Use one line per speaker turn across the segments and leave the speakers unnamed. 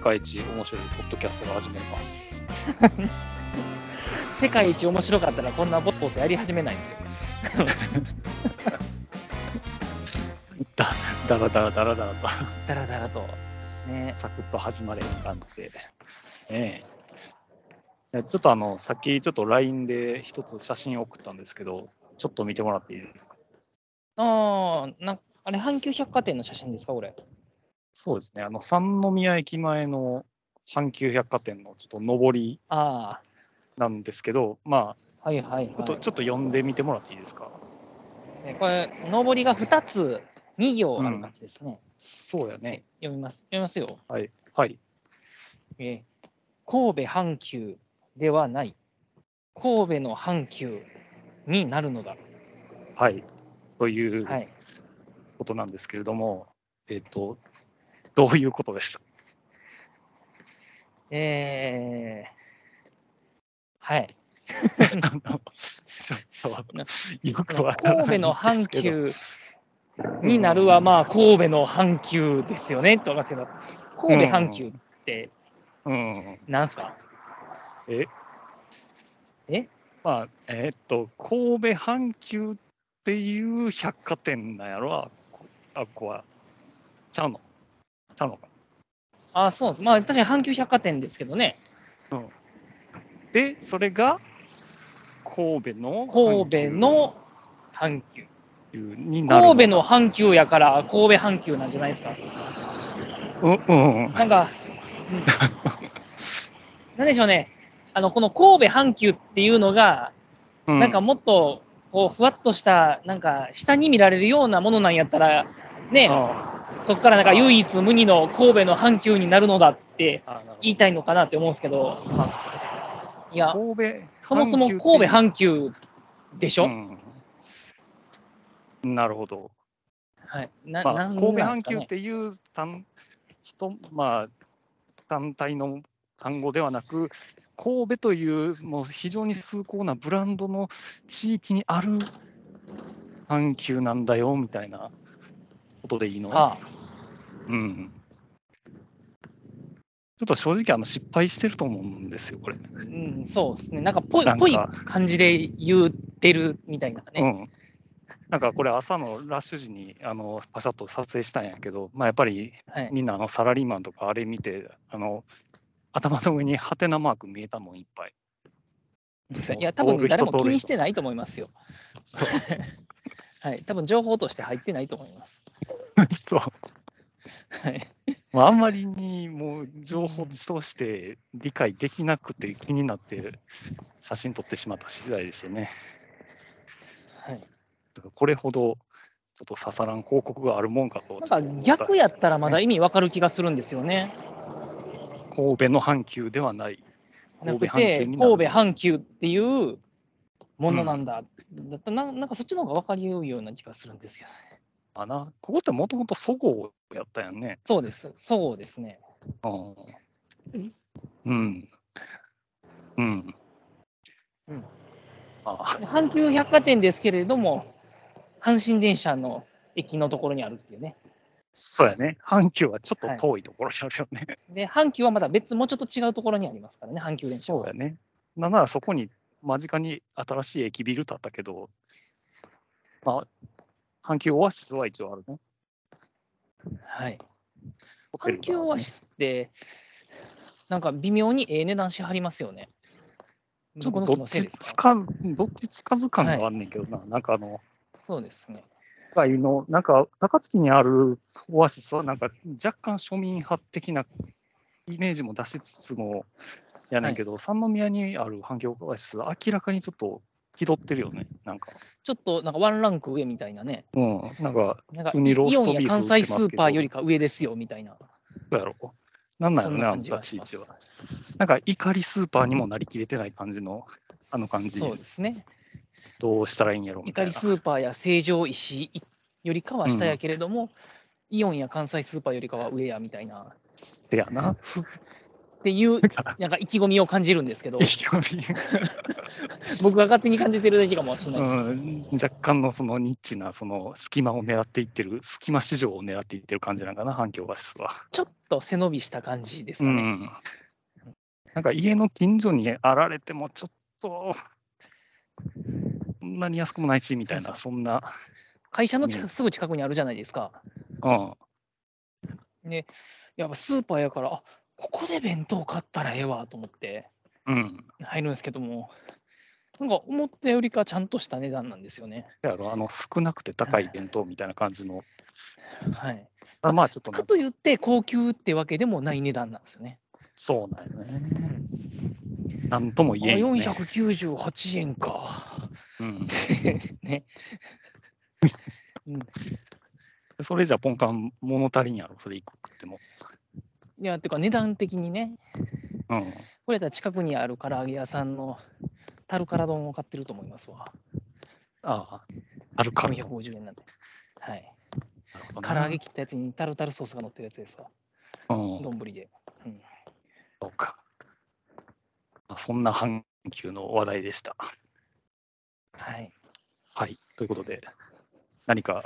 界一面白いポッドキャストが始まります。
世界一面白かったらこんなボスボスやり始めないんですよ。
だ、だらだらだらだらと、
だらだらと。ね、
サクッと始まれる感じで。ねえ。ちょっとあの、さっきちょっと LINE で一つ写真送ったんですけど、ちょっと見てもらっていいですか
ああ、なんあれ、阪急百貨店の写真ですか、これ。
そうですね。あの、三宮駅前の阪急百貨店のちょっと上り
あ
なんですけど、ま
あ、はいはい
あ、ちょっと、
は
ちょっと読んでみてもらっていいですか
い。ねこれ、上りが2つ、2行ある感じですね。
そうやね。
読みます。読みますよ。
はい。はい。
えー神戸阪急ではない、神戸の阪急になるのだ。
はい。という
はい。
ことなんですけれども、えっ、と、どういうことでした
えーはい。
あのちょっ
な
と、よく わからない
神戸の阪
ん
急になるは、まあ、神戸の阪急ですよねって思いますけど、神戸阪急って
うん。
なんすか、
え
え
まあ、えっと、神戸阪急っていう百貨店なんやろあ、こあこは。ちゃうのちゃうのか。
あそうです。まあ、確かに阪急百貨店ですけどね、
で、それが、神戸の
神戸の阪急。
阪急になる
神戸の阪急やから、神戸阪急なんじゃないですか。
のか。うん、うん。
なん か、うんなんでしょうね、あのこの神戸阪急っていうのが、
うん
なんかもっとこうふわっとした、なんか下に見られるようなものなんやったら、ね、
あ
そこからなんか唯一無二の神戸の阪急になるのだって
ああなるほど
言いたいのかなって思うんですけど、いや、
神戸
そもそも
阪急
神
って
戸阪急でしょ、
うんなるほど。
はいな
まあ、
なん
神戸
なん
阪
ですか
急
ね
っていう単人、まあ、単体の単語ではなく、神戸というもう非常に崇高なブランドの地域にある阪急なんだよみたいなことでいいの、
あ
うん、ちょっと正直あの失敗してると思うんですよ、これ。
あうん、そうですね、なんかぽい
なんか
ぽい感じで言ってるみたいなね。
うん、なんかこれ、朝のラッシュ時にあのパシャッと撮影したんやけど、まあ、やっぱり
はい
みんなあのサラリーマンとかあれ見て、あの頭の上にハテナマーク見えたもんいっ ぱい。
いや、多分ね誰も気にしてないと思いますよ。
そう
はい、多分情報として入ってないと思います。
そう
はい、
まああんまりにもう情報として理解できなくて気になって写真撮ってしまった次第でしたね。
はい、
だからこれほどちょっと刺さらん報告があるもんかと。
なんか逆やったらまだ意味わかる気がするんですよね。
神戸の阪急ではない。
な
神戸
く
阪急
て、
に
神
な
戸
る
阪急っていうものなんだ。だったらななんかそっちの方が分かりよいような気がするんですけど、
かな。ここってもともとそごうやったやんね。
そうです、そうですね。
うん。うん。うん。
うん
あ
阪急百貨店ですけれども、阪神電車の駅のところにあるっていうね。
そうやね。阪急はちょっと遠いところにあるよね。
で、阪急はまだ別、もうちょっと違うところにありますからね、阪急電車
そう
は
や。ね。なんならそこに間近に新しい駅ビル建ったけど、まあ、阪急オアシスは一応あるね。
はい、
ホテル
阪
が
急オアシスって、なんか微妙にええ値段しはりますよね。
ちょっ
この
と
人
ど
の
っ
せい
ち
です
つ
か
かん、どっちつかず感があんねんけどな。なんかあの、
そうですね。
界の、なんか、高槻にあるオアシスは、なんか、若干庶民派的なイメージも出しつつも、やねんけど、三宮にある環境オアシス、明らかにちょっと気取ってるよね、なんか。
ちょっとなんかワンランク上みたいなね。
うん、なんか、
な
普
んか
通にロー
イ
ス
オ
ト
ン
ビー
や
フ
関
売っ
西
て
ス
ますけ
ー
ど
パーよりか上ですよみたいな。
どうやろなんなんやろ
そんな
な、
感じは
立
し
ち位
ます
置は。なんか、怒りスーパーにもなりきれてない感じの、あの感じ
そうですね。
どうしたらいいんやろみた
怒
い
り
な。
スーパーや成城石井よりかは下やけれども、イオンや関西スーパーよりかは上やみたいな。
でやな。
っていう、なんか意気込みを感じるんですけ ど
意、気込み
僕が勝手に感じてるだけかもしれないで
うん、
す。
若干のそのニッチなその隙間を狙っていってる、隙間市場を狙っていってる感じなんかな、反響バスは。
ちょっと背伸びした感じです
う
かね。
ん、なんか家の近所にあられても、ちょっと、そんなに安くもないしみたいな、そんな、
会社の近くすぐ近くにあるじゃないですか。
うん、
やっぱスーパーやから、あここで弁当買ったらええわと思って
うん、
入るんですけども、なんか思ったよりかちゃんとした値段なんですよね。
やろあの少なくて高い弁当みたいな感じの、
はい、
あまあちょっとな
かといって高級ってわけでもない値段なんですよね。
そうなんよね。なんとも
あ
言えんよね。
498円 か。
うん、
ね。うん
それじゃポンカン物足りんやろ、それ一個食っても。
いや、てか値段的にね、
うん
これやったら近くにある唐揚げ屋さんのタルカラ丼を買ってると思いますわ。
ああ、あるから。
450円なんで。はい。
なるほど
唐
な
揚げ切ったやつにタルタルソースが乗ってるやつですわ。
うん、
丼で。うん
そうか。まあそんな阪急の話題でした。
はい。
はい。ということで、何か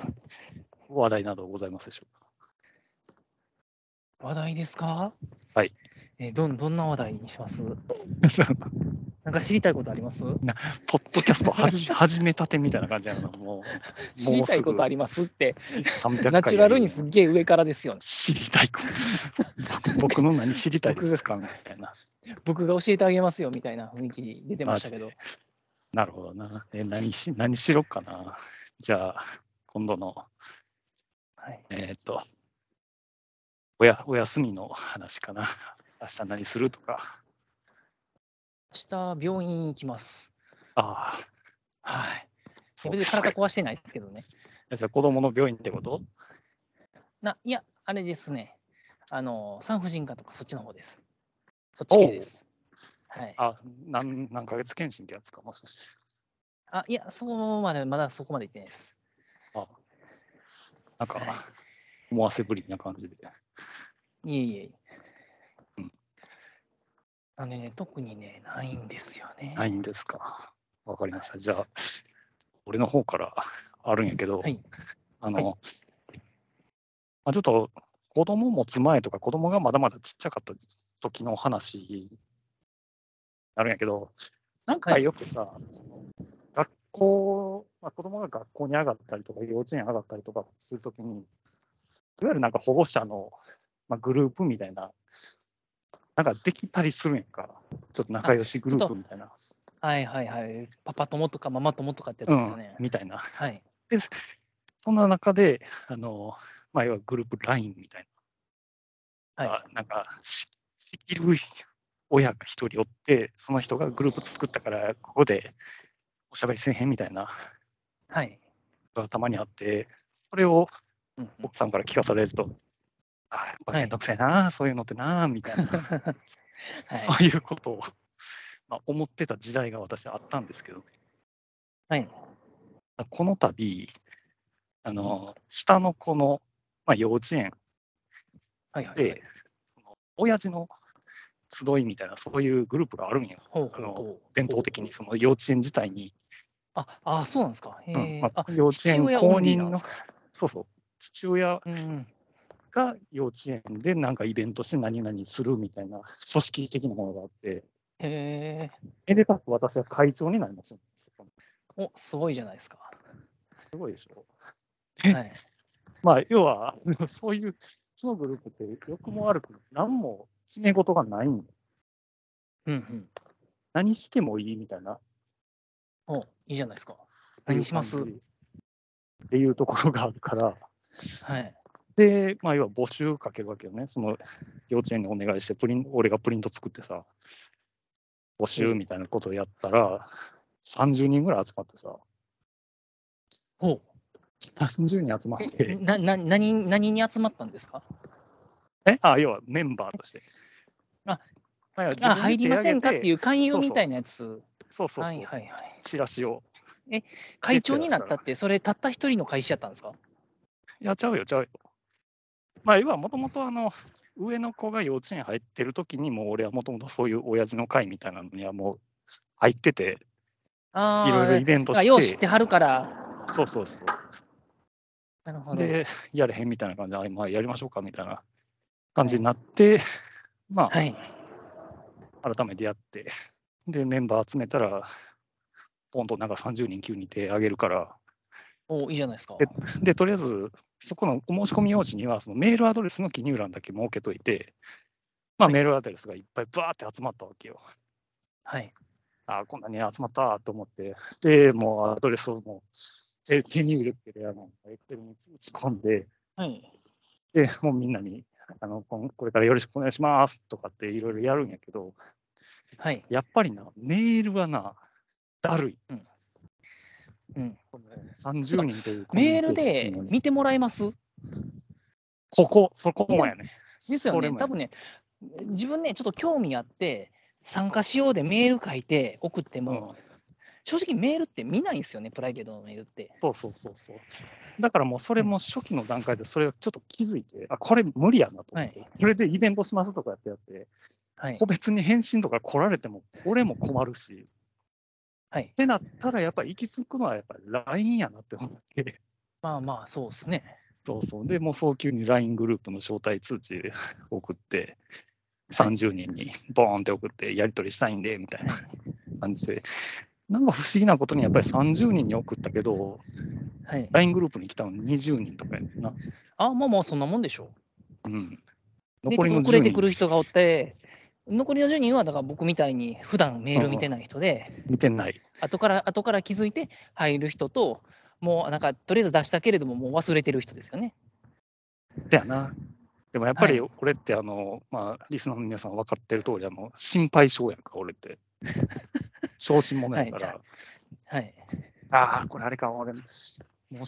話題などございますでしょうか。
話題ですか
はい。
えーどん、どんな話題にします なんか知りたいことあります
ポッドキャスト始 め始めたてみたいな感じやな、 もう。
知りたいことあ
り
りますって、
300回
ナチュラルにすっげえ上からですよね。
知りたいこと。僕僕の何知りたいですかみたいな。
僕が教えてあげますよみたいな雰囲気出てましたけど。
なるほどな。え何し何しろっかな。じゃあ、今度の、
はい。
えーっと、おやお休みの話かな。明日何するとか。
明日、病院行きます。
ああ、
はい。
そう
別
で
に
すか
体壊してないですけどね。
えじゃあ子供の病院ってこと
な、いや、あれですね。あの、産婦人科とかそっちの方です。そっち系です。はい。
あ何、何ヶ月検診ってやつか、もしかして。
あ、いや、そこまで、まだそこまで行ってないです。
あなんか
はい、
思わせぶりな感じで。
いえいえいえ
うん。
あのね、特にね、ないんですよね。
ないんですか。わかりました。じゃあ、俺の方からあるんやけど、
はい
あの、まあ、ちょっと子供持つ前とか、子供がまだまだちっちゃかった時の話になるんやけど、なんか
はい
よくさ、その学校、まあ、子供が学校に上がったりとか、幼稚園上がったりとかするときに、いわゆるなんか保護者の、まあ、グループみたいな、なんかできたりするんやんか、ちょっと仲良しグループみたいな。
はいはいはい。パパ友とかママ友とかってやつ
う
ですよ
ん
ね。、
みたいな。
はい。
そんな中で、あの、まあ、要はグループ LINE みたいな、
は
なんか、し仕切る親が一人おって、その人がグループ作ったから、ここでおしゃべりせえへんみたいな、
い。はい。
がたまにあって、それを
うんうん
奥さんから聞かされると、あーやっぱ
はい
めんどくせえな、そういうのってな、み たいな、
はい。
そういうことを、まあ、思ってた時代が私あったんですけど、
はい。
この度、あの、下の子の、まあ、幼稚園
はいはいはい
で、親父の集いみたいな、そういうグループがあるんよ。
ほう
あ
ほう
の
ほう
伝統的に、その幼稚園自体に、
ああ、そうなんですか。へ
うん
え
まあ
あ、
幼稚園
父親
公
オンリーな
認
んで
の
す、か
そうそう、父親
うんうん。
が幼稚園でなんかイベントして何々するみたいな、組織的なものがあって、
へえ。
めでたく私は会長になりました。す
お、すごいじゃないですか。
ごいでしょ。
はい。
まあ、要は、 そういう、そのグループって、良くも悪くも、何も決め事がないんよ
うんうん。
何してもいいみたいな。
お、いいじゃないですか。何します
っていうところがあるから、
はい。
で、まあ、要は募集かけるわけよね、その幼稚園にお願いしてプリン、俺がプリント作ってさ、募集みたいなことをやったら、30人ぐらい集まってさ、
ほ
30人集まっ
う。
て、
な、な、何、何に集まったんですか
えあ要はメンバーとして。
あ
まあ、要は自分
あ、
で。
入りませんかっていうう勧誘みたいなやつ。
そうそうそう、
はいはいはい。
チラシを。
会長になったって、それたった一人の会社やったんですか
いや、ちゃうよ、ちゃうよ。まあ、要はもともと、あの、上の子が幼稚園入ってる時に、もう俺はもともとそういう親父の会みたいなのにはもう入ってて、
ああ、
いろいろイベント
あよう
し
知って
て、
はるから。
そうそうそ
なるほ
う。
ど。
で、やれへんみたいな感じで、あまあ、やりましょうかみたいな感じになって、ま
はい。
あ、改めてやって、で、メンバー集めたら、ポンとなんか30人急に手挙げるから、
おいいじゃないですか。
えで、とりあえず、そこのお申し込み用紙には、そのメールアドレスの記入欄だけ設けといて、まあ、メールアドレスがいっぱいバーって集まったわけよ。
はい。
あーこんなに集まったと思って、で、もうアドレスをもう手手入力で、あの、エクセルに打ち込んで、
はい。
で、もうみんなに、あの、こんこれからよろしくお願いしますとかっていろいろやるんやけど、
はい。
やっぱりな、メールはな、だるい。
うん、
30人というコミュ
メ
ニ
ー
テ
ル
ィが欲しい
で
のに
見てもらえます
ここ、そこもやね。
ですよ
それ
ね。
もや
多分ね、自分ね、ちょっと興味あって、参加しようでメール書いて送って
う
も、
ん
正直メールって見ないんですよね、プライベートのメールって。
そうそうそうそう。だからもうそれも初期の段階でそれをちょっと気づいて、あ、これ無理やなと思って、
は
これでイベントしますとかやってやって、
はい
個。別に返信とか来られても、俺も困るし、
はい
っ、てなったらやっぱり行き着くのはやっぱり LINE やなって思って、
まあまあ、そうですね。
そうそう。で、もう早急に LINE グループの招待通知 送って、30人にボーンって送って、やり取りしたいんで、みたいな感じで。なんか不思議なことに、やっぱり30人に送ったけど、
はい。
LINE グループに来たの20人とかやねんな。
あ、まあまあ、そんなもんでしょ
うん、
う。で、
残り
ち
の
ょっと遅れ
10
てく
人
る人がおって、残りの10人は、だから僕みたいに普段メール見てない人で、
見てない。
後から後から気づいて入る人と、もうなんか、とりあえず出したけれども、もう忘れてる人ですよね。
だよな。でもやっぱり
は
俺って、あの、まあ、リスナーの皆さん分かってる通り、あの、心配性やんか、俺っ て。小心者やから
はい。はい。
ああ、これあれか、俺、申し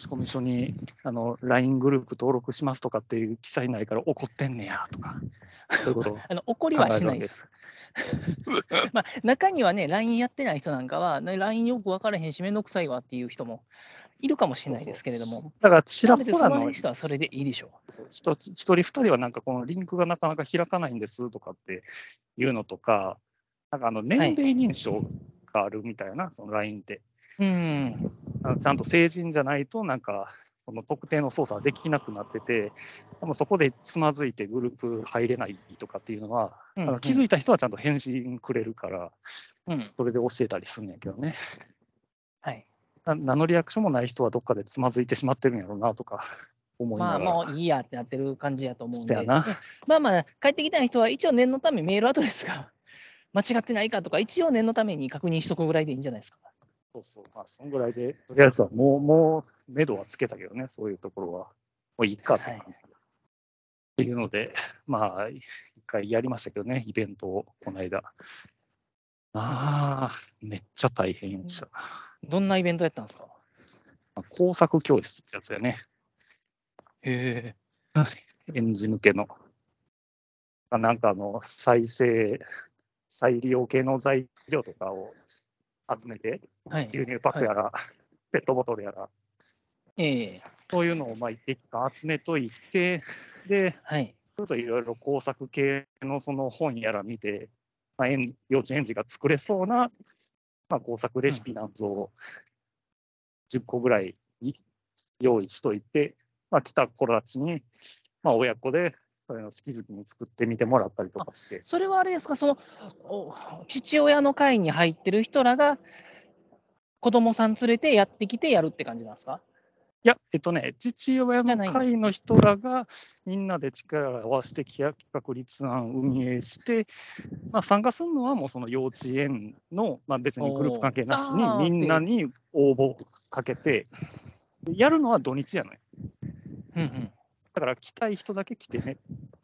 込み書に、あの、LINE グループ登録しますとかっていう記載ないから怒ってんねや、とか。そういうこと。
あの怒りはしないです。 まあ、中にはね、LINE やってない人なんかは、ね LINE よく分からへんし、めんどくさいわっていう人もいるかもしれ ないですけれども、。
だから、ちらほ
別に
ら
その
の
人はそれでいいでしょ
そう一つ一人二人はなんかこのリンクがなかなか開かないんですとかっていうのとか、なんかあの年齢認証があるみたいな、その LINE って。
う。うん。
あのちゃんと成人じゃないと、なんか、その特定の操作はできなくなってて、多分そこでつまずいてグループ入れないとかっていうのは、あの気づ
い
いた人はちゃんと返信くれるから、
うん。
それで教えたりするんやけどね。
はい。
な名のリアクションもない人はどっかでつまずいてしまってるんやろうなと か思い
ま
な
あ、
がら。
もういいやってなってる感じやと思う
そ
んで、
やな。
まあまあ、帰ってきた人は一応念のためメールアドレスが 間違ってないかとか、一応念のために確認しとくぐらいでいいんじゃないですか。
そうそう、まあ、そんぐらいで、とりあえずはもう、もう、目処はつけたけどね、そういうところは。もういいかって感じ。
はい
っていうので、まあ、一回やりましたけどね、イベントを、この間。ああ、めっちゃ大変でした。
どんなイベントやったんですか
まあ工作教室ってやつだよね、
へえ。
園児向けの。まあなんかあの、再生、再利用系の材料とかを集めて、
はい。
牛乳パックやら、ペットボトルやら、
ええ
そういうのをまあ一定期間集めといて、で、
はい。
ちょっといろいろ工作系のその本やら見て、まあ、園幼稚園児が作れそうな、まあ、工作レシピなんぞを10個ぐらいに用意しといて、まあ、来た子たちに、まあ、親子でそういうの好き好きに作ってみてもらったりとかして、
それはあれですか、そのお父親の会に入ってる人らが、子供さん連れてやってきてやるって感じなんですか
いや、えっとね、父親の会の人らがみんなで力を合わせて企画立案、運営して、まあ、参加するのはもうその幼稚園の、まあ、別にグループ関係なし
おーあ
に、み
ー
んなに応募かけて、やるのは土日やない。
うんうん。
だから来たい人だけ来てね、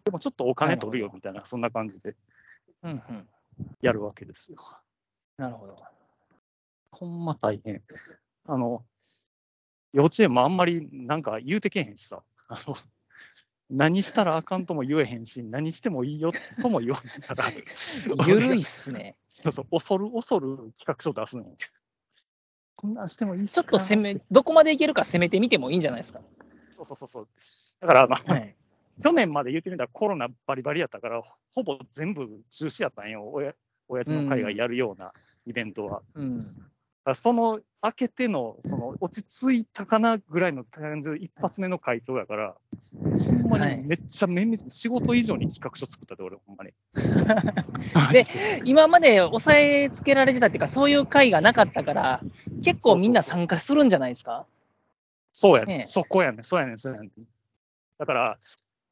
でもちょっとお金取るよみたいな、そんな感じで
うんうん。
やるわけですよ。
なる ほど。
ほんま大変。あの、幼稚園もあんまりなんか言うてけへんしさ、あの、何したらあかんとも言えへんし、何してもいいよとも言わんから、
ゆるいっすね。
そうそう恐る恐る企画書出すのに。こんなんしてもいい
ちょっと 攻め、どこまでいけるか攻めてみてもいいんじゃないですか。
そうそうそうそう。だから、まあ
はい。
去年まで言ってみたらコロナバリバリやったから、ほぼ全部中止やったんよ、おや親父の会がやるようなイベントは。
うん。
だからその明けてのその落ち着いたかなぐらいの感じの一発目の回答やから、ほんま
は
に
い
めっちゃ綿密、仕事以上に企画書作ったで、俺、ほんまに。
で、今まで抑えつけられてたっていうか、そういう会がなかったから、結構みんな参加するんじゃないですか
そうやね
ねえ
そこやねそうやねそうやねだから、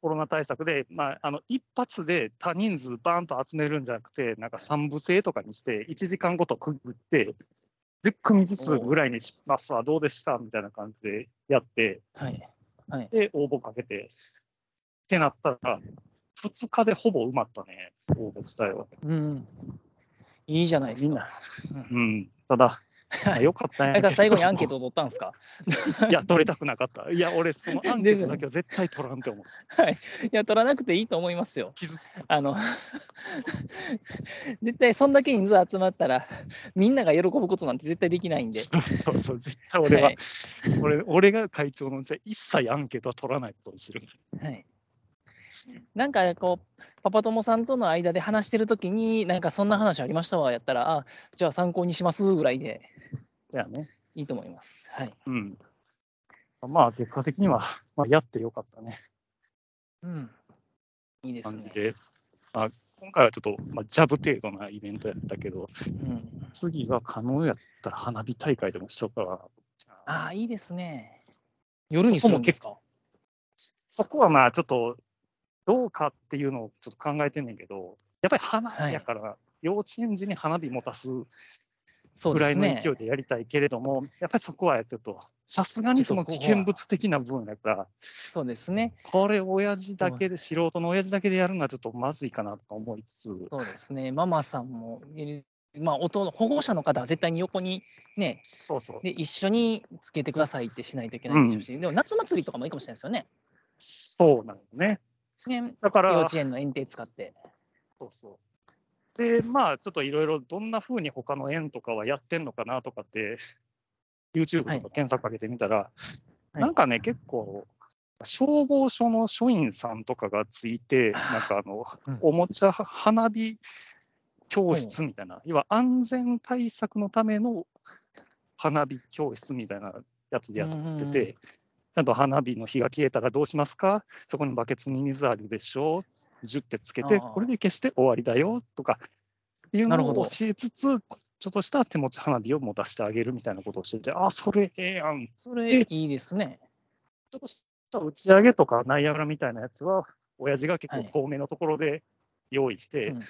コロナ対策で、まあ、あの一発で多人数バーンと集めるんじゃなくて、なんか3部制とかにして、1時間ごと区切って、10組ずつぐらいにしますわ、どうでしたみたいな感じでやって、
はい。はい。
で、応募かけて、ってなったら、2日でほぼ埋まったね、応募したよ。
うん。いいじゃないです
みん
か。
な。うん、ただ、まあ、よかったね。
だから最後にアンケートを取ったんですか
いや、取りたくなかった。いや、俺、そのアンケートだけは絶対取らんって思う。
いや、取らなくていいと思いますよ
傷。
あの、 絶対そんだけ人数集まったら、みんなが喜ぶことなんて絶対できないんで。
そうそう、絶対俺は、
はい
俺俺が会長のじゃあ一切アンケートは取らないことにしてる。
はい、なんかこう、パパ友さんとの間で話してるときに、なんかそんな話ありましたわやったら、あじゃあ参考にしますぐらいで
だよね。
いいと思います。はい
うん。まあ、結果的には、まあ、やってよかったね、
うん、いいです
感じ
ね。
で。まあ、今回はちょっと、まあ、ジャブ程度なイベントやったけど、
うん、
次は可能やったら花火大会でもしようかな。
ああ、いいですね。夜にするんですか
そこはまあ、ちょっと、どうかっていうのをちょっと考えてんねんけど、やっぱり花火やから、幼稚園児に花火持たす
そう
ぐ
で
らい
す
の
ね
勢い。でやりたいけれども、やっぱりそこはちょっと、さすがにその危険物的な部分だから、
そうですね。
これ、親父だけで、素人の親父だけでやるのはちょっとまずいかなとか思いつつ、
そうですね。ママさんも、えーまあ、おと保護者の方は絶対に横にね、
そうそう、
で一緒につけてくださいってしないといけないでしょうし、でも夏祭りとかもいいかもしれないですよね。
そうなのね。
ね
だか
幼
ら、
稚園の園庭使って。
そうそう。で、まあ、ちょっといろいろどんな風に他の園とかはやってんのかなとかって、YouTube とか
はい
検索かけてみたら、
い
なんかね、結構、消防署の署員さんとかがついて、
あー
なんかあの、
うん
おもちゃ花火教室みたいな、要は安全対策のための花火教室みたいなやつでやっ
って
て、ちゃんと花火の火が消えたらどうしますかそこにバケツに水あるでしょう ?10 ってつけて、
あー
これで消して終わりだよとかっていう
なる
の
ほ
を
ど
教えつつ、ちょっとした手持ち花火を持たせてあげるみたいなことをしてて、あー、それええやん。
それいいですね。
ちょっとした打ち上げとかナイアガラみたいなやつは、親父が結構
はい
透明のところで用意して、
うん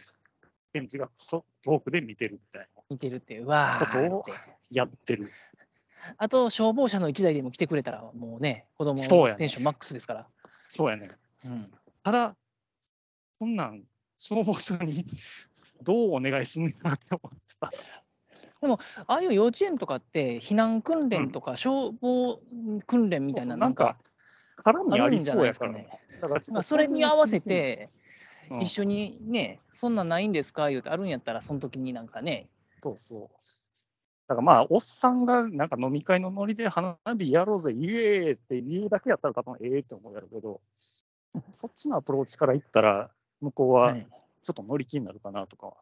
現地がそ遠くで見てるみたい
似てるって、うわ
ちょ
ー
っ
っ
と
て。
な、やってる。
あと、消防車の1台でも来てくれたら、もうね、子供
そうやね
テンションマックスですから。
そうやね。
うん、
ただ、そんなん、消防署にどうお願いすんのかなって思った。
ああいう幼稚園とかって、避難訓練とか消防訓練みたい
そう
な、
そうなんか、絡み
あ
あ
る
り
んじゃ
そ
な
う
い
や
です
か、
からね。
だからちょっと
まあ、それに合わ
そう
せ
いう
て、
のを聞いてみる、うん
一緒にね、そんなんないんですか言うて、あるんやったら、その時になんかね、
そうそう。だからまあ、おっさんがなんか飲み会のノリで花火やろうぜ、イエーイって言うだけやったら多分ええって思うやろうけど、そっちのアプローチから言ったら、向こうは
はい
ちょっと乗り気になるかなとかは。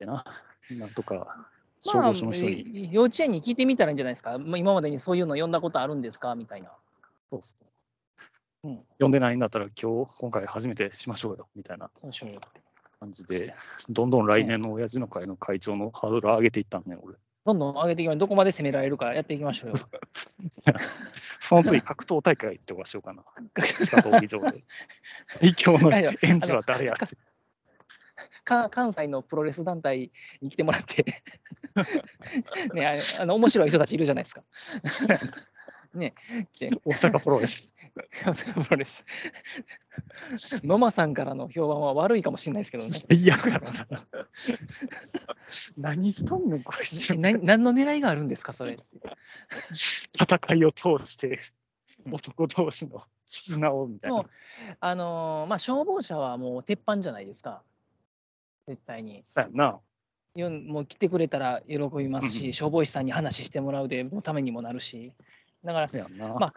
でな、なんとか、消
まあ
防署の人に、、
幼稚園に聞いてみたらいいんじゃないですか、まあ、今までにそういうの読んだことあるんですかみたいな。
そうそう。
うん
呼んでないんだったら、今日、今回初めてしましょうよ、みたいな
そうしようよ
感じで、どんどん来年の親父の会の会長のハードル上げていったんね、俺。
どんどん上げていきましょう。どこまで攻められるかやっていきましょうよ。
その次、格闘大会とかしようかな。地下闘技場 で。最強のエンジは誰やって。
か関西のプロレス団体に来てもらって、ね、あのあの面白い人たちいるじゃないですか。ね、来て
大阪プロレス。
関西プロレス。野間さんからの評判は悪いかもしれないですけど ね。
最悪やろな。 何しとんねん、こいつ。
な何の狙いがあるんですか、それ。
戦いを通して、男同士の絆をみたい
も
な
う。、あのーまあ、消防車はもう鉄板じゃないですか、絶対に。
そうやんな。
よんもう来てくれたら喜びます
うんう
し、消防士さんに話してもらうでもためにもなるし、だから、
そうやんな。
まあ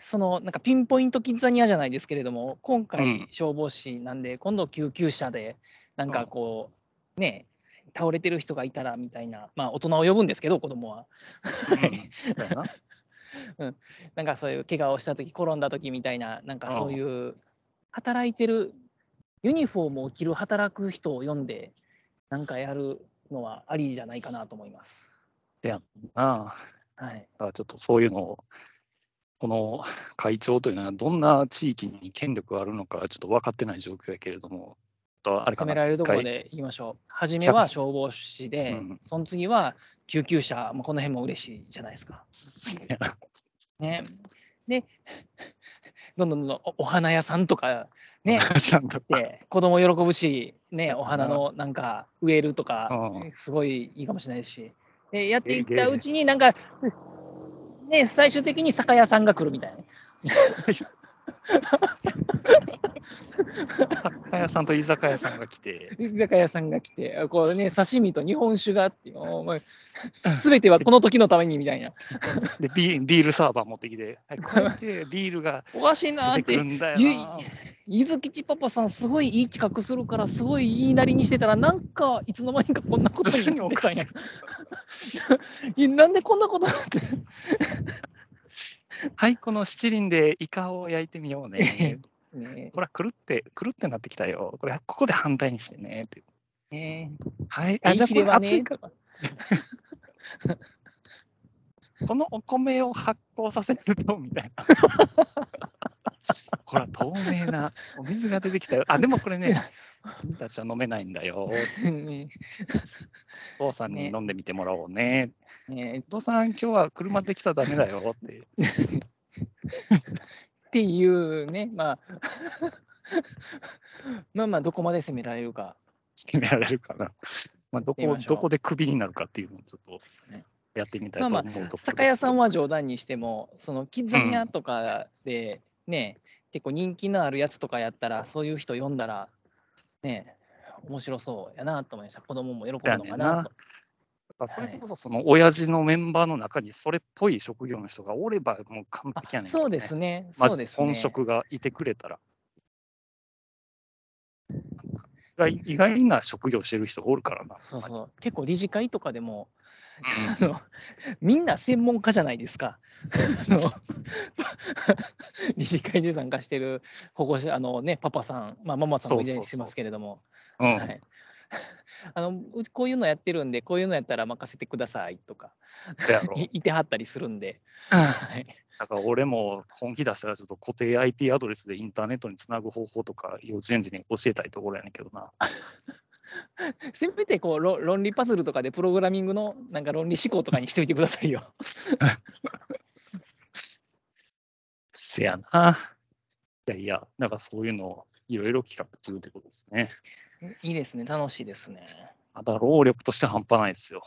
そのなんかピンポイントキッザニアじゃないですけれども、今
う
回
ん、
消防士なんで、今度、救急車で、なんかこう、ね、倒れてる人がいたらみたいな、まあ、大人を呼ぶんですけど、子供は。はい
うんそうやな
なんかそういう怪我をしたとき、転んだときみたいな、なんかそういう、働いてる、ユニフォームを着る働く人を呼んで、なんかやるのはありじゃないかなと思います。
なあ
はい、
だからちょっとそういうのを、この会長というのは、どんな地域に権力があるのか、ちょっと分かってない状況やけれども、ちょっとあれかな
攻められるところ
一
でいきましょう。初めは消防士で、
うん
その次は救急車、もうこの辺も嬉しいじゃないですか。
回
ね、で、 どんどんどんどんおお花屋さんとか、 ね、
ちゃんと
で子供喜ぶし、ね、お花のなんか植えるとか
う、
すごいいいかもしれないし、でやっていったうちに、なんか、ね、最終的に酒屋さんが来るみたいな。
酒屋さんと居酒屋さんが来て、
居酒屋さんが来て、あこうね、刺身と日本酒があって、すべてはこの時のためにみたいな。
でビービールサーバー持ってきて、はいこうやってビール が
おかしいなー
出て
っ
くる
て、
んだよ
ゆい
な。
ゆずきちパパさん、すごいいい企画するから、すごいいいなりにしてたら、なんかいつの間にかこんなことに なってたんや。いやなんでこんなことになって
はい、この七輪でイカを焼いてみよう ね。
ね
ほら、くるって、くるってなってきたよ。これ、ここで反対にしてね。って
えね
はい、
え、
あ
い
じゃあこ
いひ
れ
れは
熱
ね
いか、このお米を発酵させると、みたい な。ほら、透明なお水が出てきたよ。あ、でもこれね、君たちは飲めないんだよ。
ね
お父さんに飲んでみてもらおうね。
えねえっ
お父さん、今日は車で来たらダメだよって。
ていうね、まあ、 まあまあ、どこまで責められるか。
決められるかな。まあ、ど
やってみ
こ
ましょう
どこでクビになるかっていうのをちょっと
ね
やってみたいと思うところです
酒屋さんは冗談にしても、そのキッザニアとかでね、結構人気のあるやつとかやったら、そういう人呼んだら、ね、面白そうやなと思いました。子供も喜ぶのか
だよ
な
な
と。
だからそれこそその親父のメンバーの中にそれっぽい職業の人がおればもう完
あ
璧やねんけ
そ
どね、
うですね、
ま
そ
ず
うですね。
本職がいてくれたら。なんか意外意外な職業してる人がおるからな。
そう
う
そう結構理事会とかでも、
ん
あのみんな専門家じゃないですか。あの理事会で参加してる保護者、あのね、パパさん、まあ、ママさんもいたりしますけれども、
うん
はい、あのうちこういうのやってるんで、こういうのやったら任せてくださいとか、
そやろ
いいてはったりするんで、
だ
はい、
から俺も本気出したらちょっと固定 IP アドレスでインターネットにつなぐ方法とか幼稚園児に教えたいところやねんけどな。
せめてこうろ論理パズルとかでプログラミングのなんか論理思考とかにしておいてくださいよ。
せやな。いやいや、なんかそういうのをいろいろ企画中ってことですね。
いいですね、楽しいですね。
まだ労力として半端ないですよ。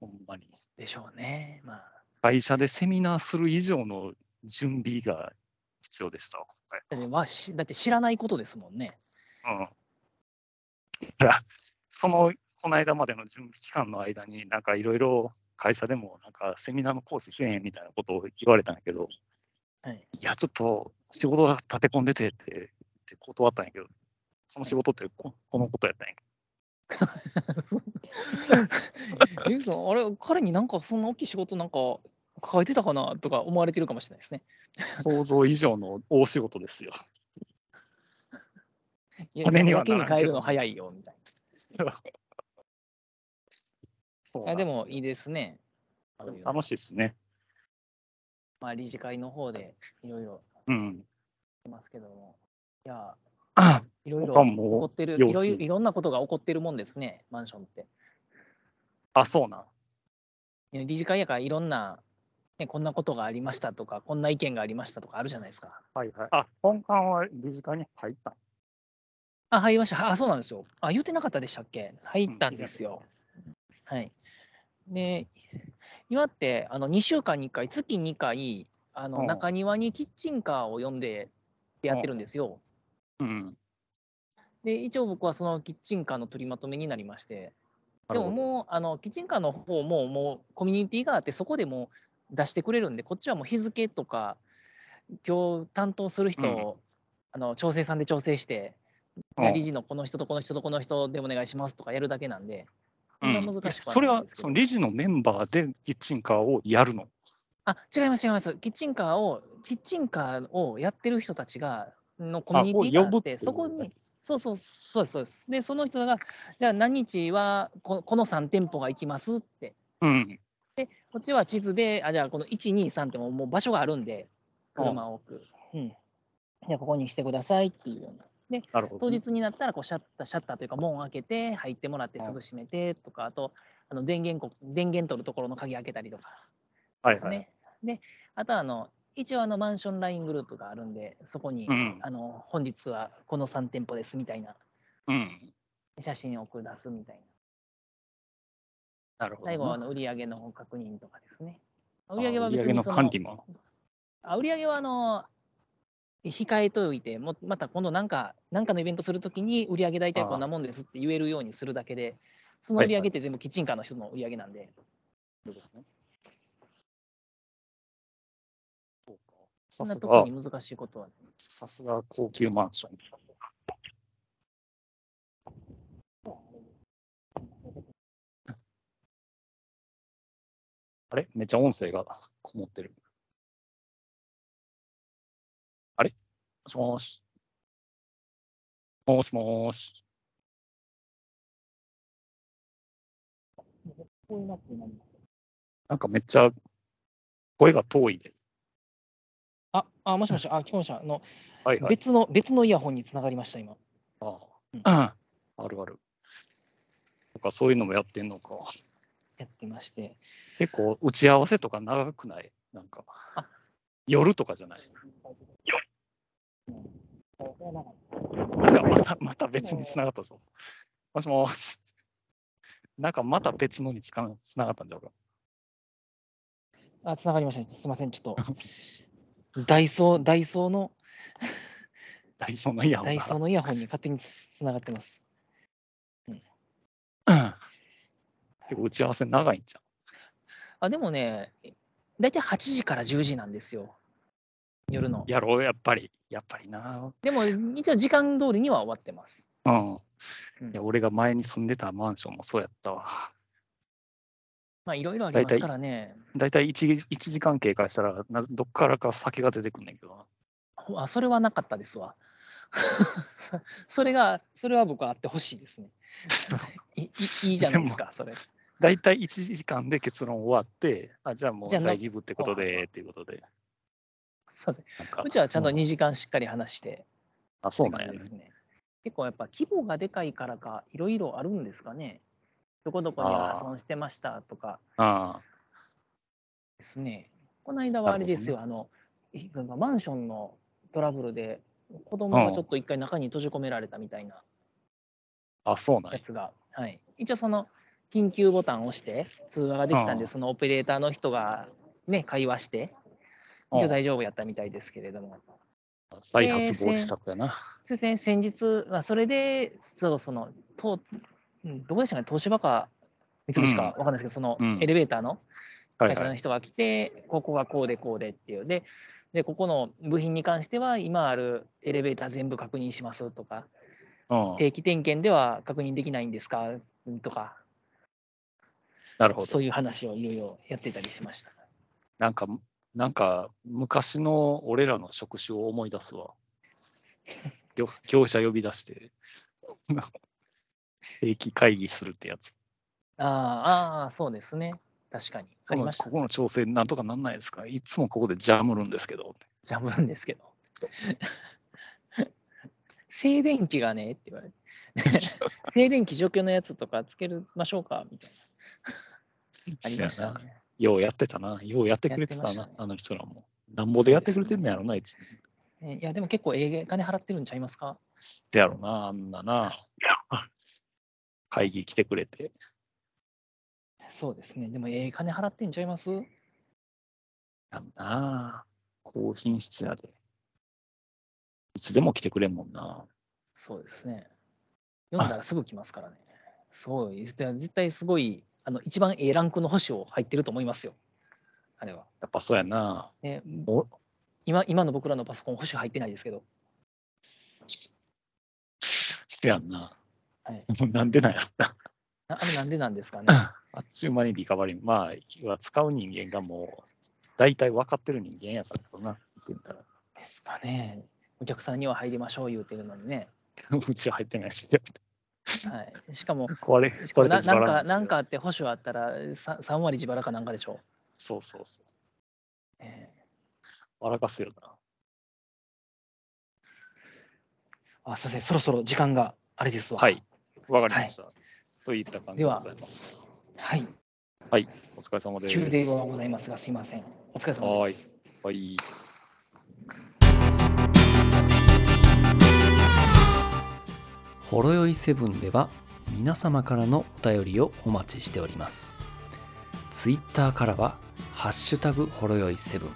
ほんまに。
でしょうね。まあ
会社でセミナーする以上の準備が必要でしたわ、今
だってまあしだって知らないことですもんね。
回。うん。だから、 その、この間までの準備期間の間に、なんかいろいろ会社でも、なんかセミナーのコースせえへんみたいなことを言われたんやけど、
はい、
いや、ちょっと仕事が立て込んでてって言って断ったんやけど、その仕事ってここのことやったんやけ
えそのあれ、彼になんかそんな大きい仕事なんか抱えてたかなとか思われてるかもしれないですね。
ど、想像以上の大仕事ですよ。
い
金には
やけ
ならんけど
に帰るの早いよみたい
そう
な。
な
あ
ん
でもいいですね。そういう
楽しいですね。
まあ、理事会の方でいろいろ
うん。
いますけども、いや、
あ
いろいろ
他
起
も
こってる、い
用
ろい
心
ろいろんなことが起こってるもんですね、マンションって。
あ、そうなん。
いや理事会やからいろんな、ね、こんなことがありましたとか、こんな意見がありましたとかあるじゃないですか。
はいはい。あ、本館は理事会に入ったん
あ、入りました。あ、そうなんですよ。あ、言ってなかったでしたっけ入ったんですよ。はい。で、今って、あの、2週間に1回、月2回、あ
う
の、
ん
中庭にキッチンカーを呼んでやってるんですよ。
うん。
で、一応僕はそのキッチンカーの取りまとめになりまして、
な
で
るほど
ももう、あの、キッチンカーの方も、もうコミュニティがあって、そこでもう出してくれるんで、こっちはもう日付とか、今日担当する人を、あの調整さんで調整して、じゃあ
うん
理事のこの人とこの人とこの人でお願いしますとかやるだけなんで、そんな難しくはないんですけど
それはその理事のメンバーでキッチンカーをやるの。
あ違います、違います。キッチンカーを、キッチンカーをやってる人たちが、のコミュニティがあ
を呼ぶ
っ
ってい
て、
う
そこに、そうそう、そうです、そうです。で、その人が、じゃあ何日はこ、この3店舗が行きますって、
うん。
こっちは地図で、あじゃあこの1、2、3ってもうもう場所があるんで、車を置く。うん。じゃあここにしてくださいっていうような。
なるほ
当
どね。
日になったらこうシャッター、シャッターというか、門を開けて、入ってもらって
うん
すぐ閉めてとか、あと、あの電源こ電源取るところの鍵開けたりとか。
はい
です
は
ね。
い。
で、あとはあの一応あのマンションライングループがあるんで、そこに、
うん。
あの本日はこの3店舗ですみたいな
うん。
写真を送り出すみたい
なるほど。
な。最後はあの売り上げの確認とかですね。売り上げ
あ
は
売り上
別
げ
に
の
その
管理マン。
あ売り上げはあの控えておいて、もまた今度なんかなんかのイベントするときに売り上げ大体こんなもんですって言えるようにするだけで、その売り上げって全部キッチンカーの人の売り上げなんで。
さ
そんな
す
特
が、
に難しいことはない。
さすが高級マンション。あれめっちゃ音声がこもってる。あれもしもーし。もしもーし。
こういうなってなんだ
なんかめっちゃ声が遠いです。
あ、あ、もしもし、あ、聞こえました。あの、
はいはい。
別の、別のイヤホンにつながりました、今。
あああるある。とかそういうのもやってんのか。
やってまして。
結構打ち合わせとか長くないなんか
あ。
夜とかじゃないなんかまたまた別に繋がったぞ。もしもーし。なんかまた別のにつかつながったんじゃうか。
あ、つながりました、すみません、ちょっ と。ダイソー、ダイソーの、
ダイソーのイヤホンが
ダイソーのイヤホンに勝手につながってます。
うん結構打ち合わせ長いんじ
あ、でもね、大体8時から10時なんですよ。夜の
ゃん。。やろう、やっぱり。やっぱりな。
でも、一応時間通りには終わってます。
うん。
うん
いや、俺が前に住んでたマンションもそうやったわ。
まあ、いろいろありますからね。
大体 1, 1時間経過したらな、どっからか酒が出てくんねんけどな。
あ、それはなかったですわ。 そそれが、それは僕はあってほしい ですね。いいいいじゃないですか、それ。
大体1時間で結論終わって、あじゃあもう
じゃあな
第2部ってことで、っていうことで。
そうです
なんか
うちはちゃんと
う
2時間しっかり話して、
あ、そうなんや
って感
ね
じ。ですね結構やっぱ規模がでかいからか、いろいろあるんですかね。どこどこには
あー
損してましたとか
あ
ですね。この間はあれですよ、
な
あの、いマンションのトラブルで、子供がちょっと一回中に閉じ込められたみたいな
あ、あそうなん
や
や。
つが、はい。一応その、緊急ボタンを押して、通話ができたん
あ
で、
ー
そのオペレーターの人が、ね、会話して、一応大丈夫やったみたいですけれども。
うん再発防止策やな。
そうですね、先日、まあ、それで、そうそのとうんどこでしたかね、東芝か三菱か
うん
わかんないですけど、その
うん
エレベーターの
はい
会社
は
の
い。
人が来て、ここがこうでこうでっていう、で、でここの部品に関しては、今あるエレベーター全部確認しますとか、
うん、
定期点検では確認できないんですかとか、
なるほ
そ
ど。
ういう話をいろいろやってたりしました。
なんか、なんか昔の俺らの職種を思い出す わ。業業者呼び出して、 定期会議するってやつ。
あーあー、そうですね、確かに。ありました
こ。この調整なんとかなんないですかいつもここでジャムるんですけど。
ジャムなんですけど。 静電気がねって言われて。静電気除去のやつとかつけましょうかみたいな。ありましたね。
ようやってたな。ようやってくれてた
や
な、
ってましたね
あの人らも。なんぼでやってくれてんのやろな、いつも。
ねいや、でも結構ええ金払ってるんちゃいますか
でやろな、あんなな。会議来てくれて。
そうですね。でもええ金払ってんちゃいます
やんな。高品質やで。いつでも来てくれんもんな。
そうですね。読んだらすぐ来ますからね。そう、絶対絶対すごい、あの一番ええランクの保守を入ってると思いますよ。あれは。
やっぱそうやな。
ね、
お
今今の僕らのパソコン保守入ってないですけど
せやんな。
はい
もうなんでなんやろな。
なあれなんでなんですかね
あっちゅう間にリカバリー、まあ、要は使う人間がもう、大体分かってる人間やからな、言ってみたら。
ですかねお客さんには入りましょう言うてるのにね、
うちは入ってないし、
はい、しかも
壊れ、
し
壊れ
か
て
もな
自
なん
腹なん
か
ですよ
なんかあって保守あったら 3, 三割自腹かなんかでしょ、
そうそうそう
ええ
う。笑かすよな。
あすいませんそろそろ時間があれですわ
はい、わかりました。といった感じで
では
ございます。
はい、
お疲れ様です。
急ではございますがすいませんお疲れ様
は
で
い
す
はい。
ほろよいセブンでは皆様からのお便りをお待ちしております。ツイッターからは、ハッシュタグほろよいセブン、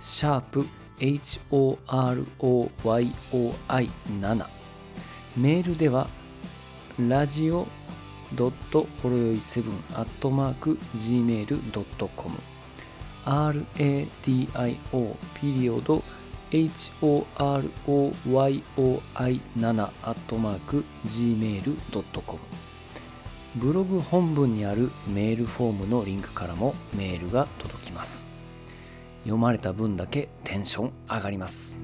シャープ HOROYOI7、メールでは、ラジオドットほろよいセブンアットマーク Gmail.com、RADIO ピリオド horoyoi7-gmail.com ブログ本文にあるメールフォームのリンクからもメールが届きます読まれた分だけテンション上がります